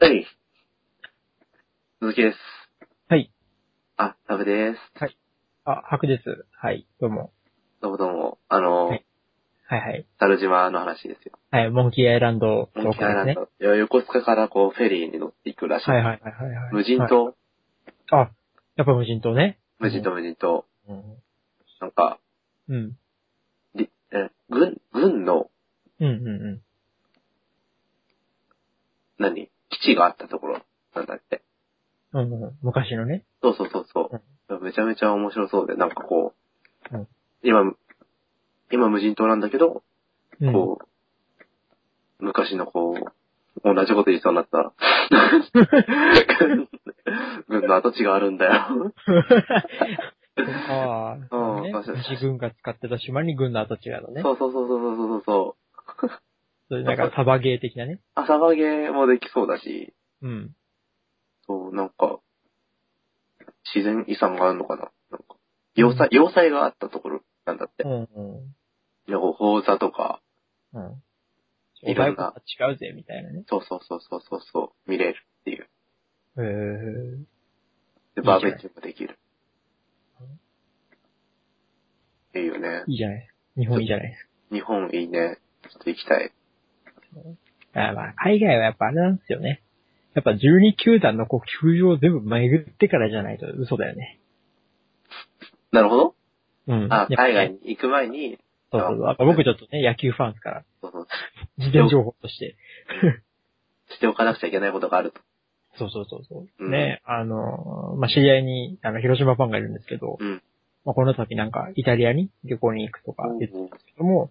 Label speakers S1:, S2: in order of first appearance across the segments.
S1: はい。鈴木です。
S2: はい。
S1: あ、タブです。
S2: あ、白です。はい、どうも。
S1: どうもどうも。あの、
S2: はいはいはい。
S1: 猿島の話ですよ。
S2: はい、モンキーアイランドトー
S1: モン
S2: ク
S1: キーアイラン
S2: ですね。
S1: ド。いや横須賀からこう、フェリーに乗っていくらしい。
S2: はいはいはいはいはい。
S1: 無人
S2: はい
S1: 島、
S2: あ、やっぱ無人島ね。
S1: 無人島、無人島。
S2: うん。
S1: なんか、
S2: うん。
S1: りえ軍、軍の、
S2: うんう
S1: 何基地があったところなんだって。
S2: んうん。うんうん、昔のね。
S1: そうそうそうそう、めちゃめちゃ面白そうで、なんかこう、
S2: うん
S1: 今、今無人島なんだけど、
S2: うん。
S1: こう、昔のこう、同じこと言いそうにな った。軍の跡地があるんだよ。
S2: ああ、そうね
S1: うん
S2: 昔軍が使ってた島に軍の跡地があるのね。
S1: そうそうそうそうそうそうそう。
S2: そういうなんかサバゲー的なね。
S1: 朝バゲもできそうだし、
S2: うん。
S1: そう、なんか、自然遺産があるのかななんか、要塞、要塞があったところなんだって
S2: う。んうん。
S1: なんか宝座とか、
S2: うん。
S1: いろんな
S2: お前とは違うぜ、みたいなね。
S1: そうそうそうそうそうそう、見れるっていう。
S2: へえ。
S1: で、
S2: いいじゃ
S1: バ
S2: ん
S1: ーベキューもできる。いいよね。
S2: いいじゃない。日本いいじゃない。
S1: 日本いいね。ちょっと行きたい。
S2: あまあ、海外はやっぱあれなんですよね。やっぱ12球団のこう球場を全部巡ってからじゃないと嘘だよね。
S1: なるほど。
S2: うん。
S1: あ、
S2: やっぱ
S1: 海外に行く前に、
S2: そうそうそう。やっぱ僕ちょっとね、野球ファンですから、
S1: そうそう、
S2: 事前情報として。
S1: しておかなくちゃいけないことがあると。
S2: そうそうそうそう。
S1: うん
S2: ね、あのー、まあ、知り合いに、あの、広島ファンがいるんですけど、
S1: うん
S2: まあ、この度なんか、イタリアに旅行に行くとか言ってたんですけども、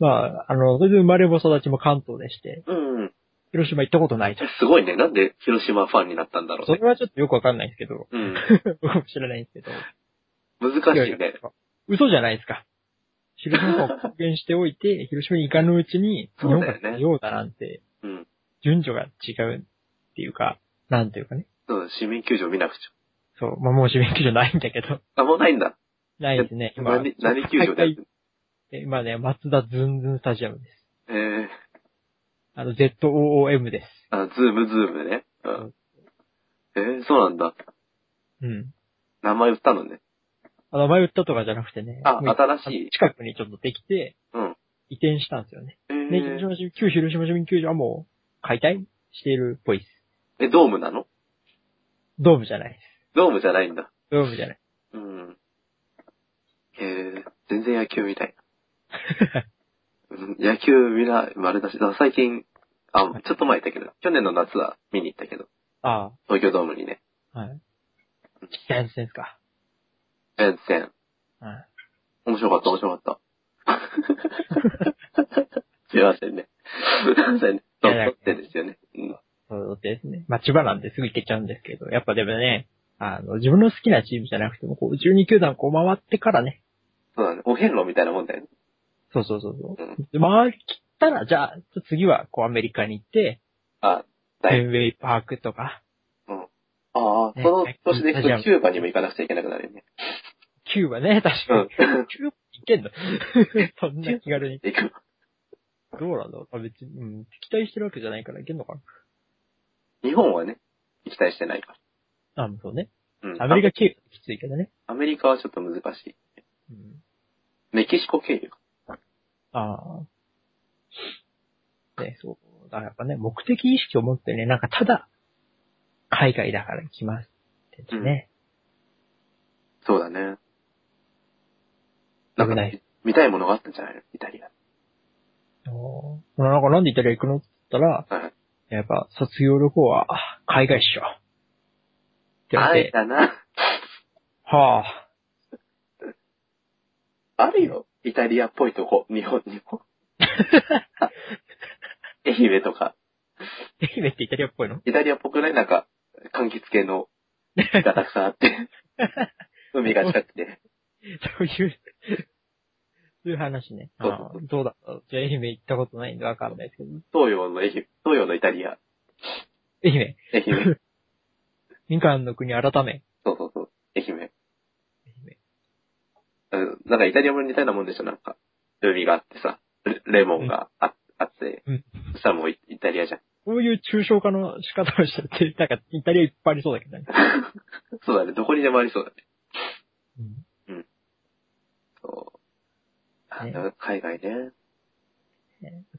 S2: まあ、あの、それで生まれも育ちも関東でして、
S1: うんうん。
S2: 広島行ったことないと。
S1: すごいね。なんで広島ファンになったんだろう
S2: そ
S1: ね。
S2: れはちょっとよくわかんないんですけど、
S1: うん。
S2: 僕も知らないんですけど、
S1: 難し
S2: い
S1: い
S2: やい
S1: ね。
S2: や嘘じゃないですか。広島を公言しておい て、広島に行かぬうちに、日
S1: そう
S2: 本
S1: だよ
S2: が
S1: ね
S2: ようだなんて、
S1: うん。
S2: 順序が違うっていうか、なんていうかね。
S1: そう、市民球場見なくち
S2: そう、まあ、もう市民球場ないんだけど、
S1: ゃ。あ、もうないんだ。
S2: ないですね。今、
S1: 何、何球場でやってんの
S2: 今ね、松田ズンズンスタジアムです。
S1: えー、
S2: あの、ZOOM です。
S1: あ、ズームズームね。うん。えー、そうなんだ。
S2: うん。
S1: 名前売ったのね。
S2: あの、前売ったとかじゃなくてね、
S1: あ、
S2: もう
S1: 新しい。
S2: 近くにちょっとできて、
S1: うん。
S2: 移転したんですよね。
S1: え
S2: で、広
S1: ー、
S2: 島市民旧広島市民球場はもう、解体しているっぽいです。
S1: え、ドームなの
S2: ドームじゃないです。
S1: ドームじゃないんだ。
S2: ドームじゃない。
S1: うん。えー、全然野球みたいな。うん野球見な、丸出し。だから最近、あ、ちょっと前だけど、去年の夏は見に行ったけど、
S2: あ
S1: 東京ドームにね、
S2: あ、はい。ジャイアンツ戦ですか。
S1: ジャイアンツ戦、
S2: うん。
S1: 面白かった、面白 かった。すいませんね。すいませんね。
S2: い
S1: と
S2: やいや
S1: 撮ってんですよね。うん
S2: そうですね。まあ、千葉なんですぐ行けちゃうんですけど、やっぱでもね、あの、自分の好きなチームじゃなくても、こう、12球団こう回ってからね、
S1: そうだね。お遍路みたいなもんだよね。
S2: そうそうそうそうう。で回り切ったら、じゃあ、次はこうアメリカに行って、
S1: あ、
S2: フ
S1: は
S2: ェ
S1: い
S2: ンウェイパークとか、
S1: ああ、そ
S2: ね
S1: の年で行
S2: はい
S1: くとキューバにも行かなくちゃいけなくなるよね。
S2: キューバね、確
S1: う
S2: か
S1: ん
S2: に。。キューバ行けんの そんな気軽に。
S1: 行く。
S2: どうなんだろうあ別に、うん、期待してるわけじゃないから行けんのか
S1: 日本はね、行きたいしてないか
S2: なあ、そうね。
S1: ら。うん。
S2: アメリカ経由だときついけどね。
S1: アメリカはちょっと難しい。
S2: うん。
S1: メキシコ経由か。
S2: ああ。ね、そう。だからやっぱね、目的意識を持ってね、なんかただ、海外だから行きますってね。
S1: そうだね。
S2: 危ない。
S1: 見たいものがあったんじゃないのイタリア。
S2: おーなんかなんでイタリア行くのって言ったら、
S1: うん。
S2: やっぱ、卒業旅行は、あ海外っしょ。って言わ
S1: あ
S2: れ
S1: れ
S2: て、
S1: だな。
S2: はぁ、
S1: あるよ。イタリアっぽいとこ。日本にも。愛媛とか。
S2: 愛媛ってイタリアっ ぽいの
S1: イタリアっぽくないなんか、柑橘系の木がたくさんあ って。海が近くて。
S2: そういう、そういう話ね。
S1: そう
S2: あーどうだろうじゃあ愛媛行ったことないんでわかんないですけど。
S1: 東洋の愛媛。東洋のイタリア。
S2: 愛媛、
S1: 愛 媛。
S2: みかんの国改め。
S1: そうそうそう。愛媛。
S2: 愛媛
S1: うんなんかイタリアも似たようなもんでしょ、なんか。海があってさ、レレモンがああって
S2: うん、
S1: そしたらもうイイタリアじゃん。
S2: そういう抽象化の仕方をして て、なんかイタリアいっぱいありそうだけどね。
S1: そうだね。どこにでもありそうだね。
S2: うん
S1: そう。あ
S2: ね
S1: でも海外ね。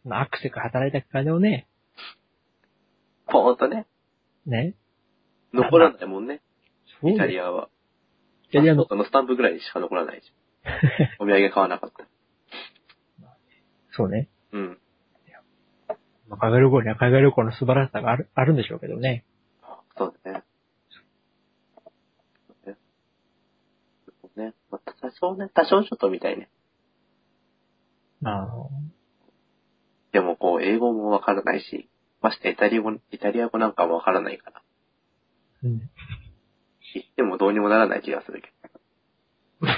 S2: そのアクセク働いた金をね、
S1: ポーンとね、
S2: ね。
S1: 残らないもんね。
S2: そう
S1: イタ
S2: イ
S1: リアは。
S2: タリアの
S1: あ、のスタンプぐらいしか残らないじゃん。お土産買わなかった。
S2: そうね。
S1: うん。
S2: まあ海外旅行には海外旅行の素晴らしさがある、あるんでしょうけどね。
S1: そうだね。そうねそうね。まあ、多少ね、多少ちょっと見たいね。
S2: まあ、
S1: でもこう、英語もわからないし、ましてイタリア語、イタリア語なんかもわからないから、
S2: うん。
S1: 言ってもどうにもならない気がするけ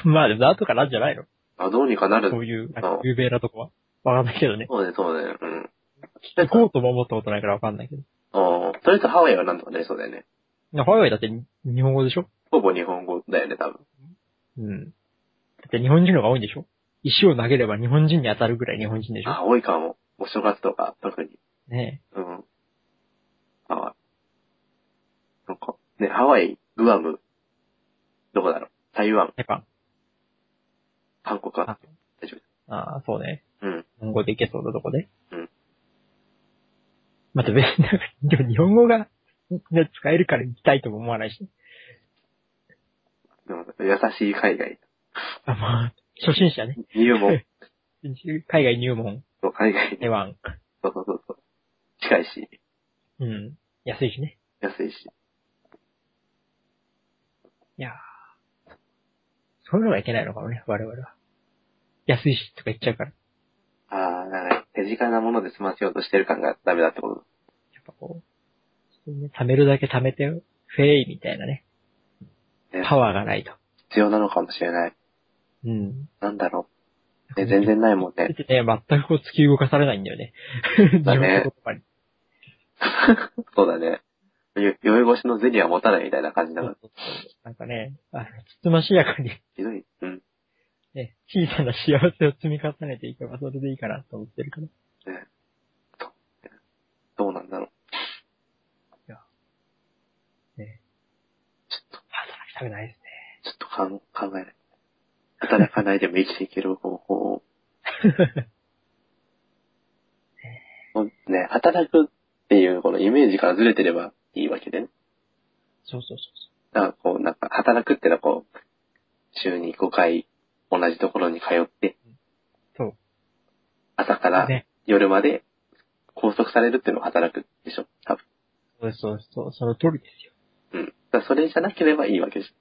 S2: まあでも後からあるんじゃないの
S1: ど。あ、どうにかなる
S2: そう。いう、なん
S1: あ
S2: か
S1: あ
S2: 有名なとこは。わかんないけどね。
S1: そうね、そうね。うん。
S2: 行こうとも思ったことないからわかんないけど。
S1: ああ、とりあえずハワイはなんとかなりそうだよね。
S2: ハワイだってに日本語でしょ
S1: ほぼ日本語だよね、多分。
S2: うん。だって日本人の方が多いんでしょ石を投げれば日本人に当たるぐらい日本人でしょ
S1: あ、多いかも。お正月とか、特に。
S2: ね
S1: うん。ハワイ。なんか、ね、ハワイ、グアム、どこだろう台湾、
S2: え。やっぱ、
S1: 韓国は
S2: あ
S1: 大丈
S2: ああ、そうね。
S1: 夫。うん。
S2: 日本語でいけそうなとこで。
S1: うん。
S2: また別に、なんかでも日本語が、ね、使えるから行きたいとも思わないし。
S1: でも、優しい海外。
S2: あ、まあ、初心者ね。
S1: 入 門
S2: 海外入門、
S1: の海外に。
S2: 台湾。
S1: そうそうそうそう。近いし、
S2: うん。安いしね。
S1: 安いし。
S2: いやーそういうのがいけないのかもね、我々は。安いしとか言っちゃうから。
S1: ああ、なんか、手近なもので済ませようとしてる感がダメだってこと。
S2: やっぱこう、ね、貯めるだけ貯めてよ。フェイみたいなね。
S1: ね、
S2: パワーがないと。
S1: 必要なのかもしれない。
S2: うん。
S1: なんだろ う。ね、全。然ないもんね
S2: だ。ってね、全くこう突き動かされないんだよね。自
S1: だね
S2: 分の言葉に。
S1: そうだね。よ酔い越しのゼリーは持たないみたいな感じだから。
S2: なんかね、あの、つつましやかに、
S1: ひどい。うん。
S2: ね、小さな幸せを積み重ねていけばそれでいいかなと思ってるから。
S1: ね。どどうなんだろう。
S2: ね、
S1: ちょっと、
S2: 働きたくないですね。
S1: ちょっとかん考えない。働かないでも生きていける方法 を。ほんね、働くっていうこのイメージからずれてればいいわけでね。
S2: そうそうそう
S1: だからこう、なんか働くってのはこう、週に5回同じところに通って、
S2: そう。
S1: 朝か
S2: そう。
S1: ら
S2: ね。
S1: 夜まで拘束されるっていうのが働くでしょ、多分。
S2: そうですそうですそう、その通りですよ。
S1: うん。だからそれじゃなければいいわけです。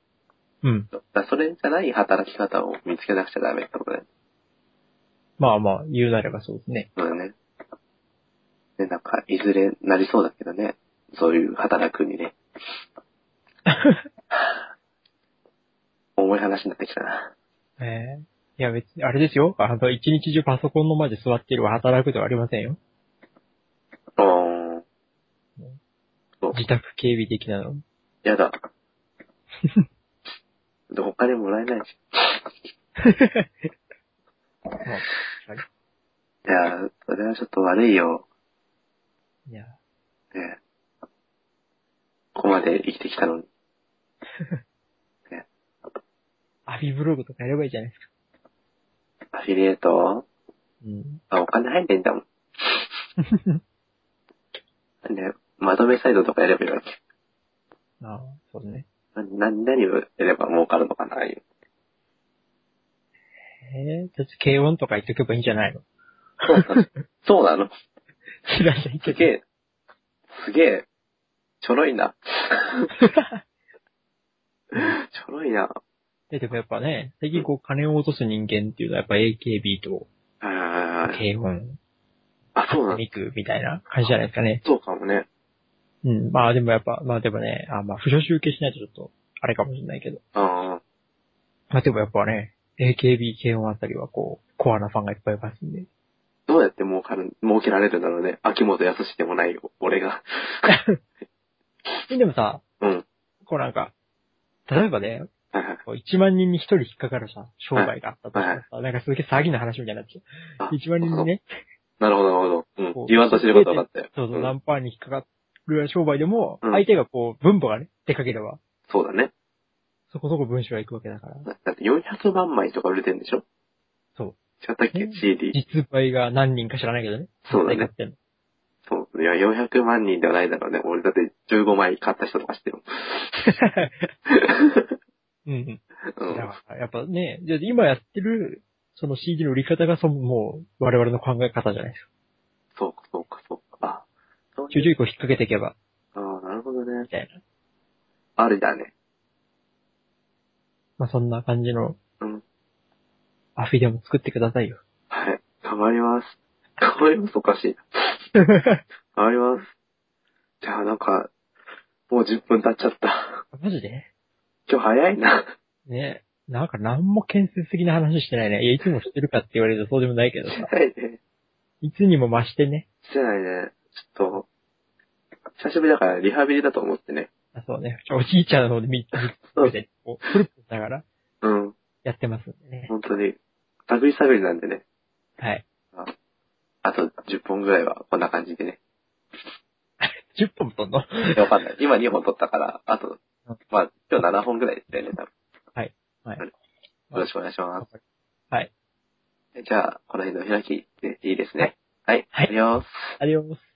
S2: うん。
S1: だからそれじゃない働き方を見つけなくちゃダメってことだよね。
S2: まあまあ、言うなればそうですね。
S1: そうだね。で、なんか、いずれなりそうだけどね。そういう働くに ね。重い話になってきたな。
S2: ええいや別に、あれですよ。あの、一日中パソコンの前で座っているは働くではありませんよ。
S1: うーん。
S2: 自宅警備 的なの。
S1: やだ。どこかでもらえないし。
S2: まあはい
S1: いやー、それはちょっと悪いよ。
S2: いや、
S1: ねここまで生きてきたのに。
S2: アビブログとかやればいいじゃないですか。
S1: アフィリエイト
S2: うん。
S1: あ、お金入んないんだもん。ね、まとめサイトとかやればいいわけ。
S2: ああ、そうですね。
S1: な、な、何をやれば儲かるのかな、ああ いう
S2: ええちょっと軽音とか言っておけばいいんじゃないの
S1: そうなのそうなの
S2: 知らない
S1: す
S2: け ど
S1: げ。え、すげえ、ちょろい な。ちょろいな。
S2: で、でもやっぱね、最近こう金を落とす人間っていうのはやっぱ AKB と
S1: あー
S2: 軽音、
S1: あ、そうなの
S2: ミクみたいな感じじゃないですかね。
S1: そうかもね。
S2: うん。まあでもやっぱ、まあでもね、あまあ不助集計しないとちょっと、あれかもしれないけど。
S1: あ
S2: まあでもやっぱね、AKB 軽音あたりはこう、コアなファンがいっぱいいます んで。
S1: ーどうやって儲かる、儲けられるんだろうね。秋元康でもない俺が。
S2: でもさ、
S1: うん。
S2: こうなんか、例えばね、
S1: はいはい。
S2: こう1万人に1人引っかかるさ、商売があったとした
S1: は
S2: らさ、なんかすげえ詐欺の話みたいになっちゃ
S1: あ
S2: う。1万人にね、
S1: なるほど、なるほど。うん
S2: こう。
S1: 言わんとしてること分かったよ。
S2: そうそう、
S1: ん
S2: ナンパーに引っかかる商売でも、
S1: うん
S2: 相手がこう、分母がね、でかければ、
S1: そうだね。
S2: そこそこ文章がいくわけだから、
S1: だだって400万枚とか売れてんでしょ
S2: そう。
S1: 違ったっけ
S2: ね
S1: ?CD。
S2: 実売が何人か知らないけどね。
S1: そうだね
S2: 実売買ってんの
S1: そう。いや、400万人ではないだろうね。俺だって15枚買った人とか知ってるもん。
S2: うんうん。
S1: うん。
S2: だからやっぱね、じゃあ今やってる、その CD の売り方がそももう我々の考え方じゃないですか。
S1: そうか、そうか、そうか。あ、そう
S2: ちょい
S1: い
S2: ち
S1: う
S2: ょいこう引っ掛けていけば、
S1: あーなるほどね
S2: み。たいな。
S1: あるだね。
S2: まあそんな感じの
S1: うん。
S2: アフィでも作ってくだ さいよ。
S1: はい。頑張ります。頑張ります。おかしいな。頑張ります。じゃあ、なんか、もう10分経っちゃった。
S2: マジで
S1: 今日早いな。
S2: ねなんか何も建設的な話してないね。いや、いつもしてるかって言われるとそうでもないけど
S1: し
S2: さ
S1: て。 ないね。
S2: いつにも増してね。
S1: してないね。ちょっと、久しぶりだからリハビリだと思ってね。
S2: あそうね。ちょおじいちゃんの方で見 て、見て、こう、プルプルしながら
S1: うん。
S2: やってますんでね。
S1: 本当に、探り探りなんでね。
S2: はい。
S1: あと10本ぐらいはこんな感じでね。
S2: 10本も飛んの
S1: いやわかんない。今2本撮ったから、あと、まあ、今日7本ぐらいだよね、多分。
S2: はい。
S1: よろしくお願いします。
S2: はい。
S1: じゃあ、この辺の開きでいいですね。はい。
S2: はい
S1: ありがとうございます。
S2: ありがとうございます。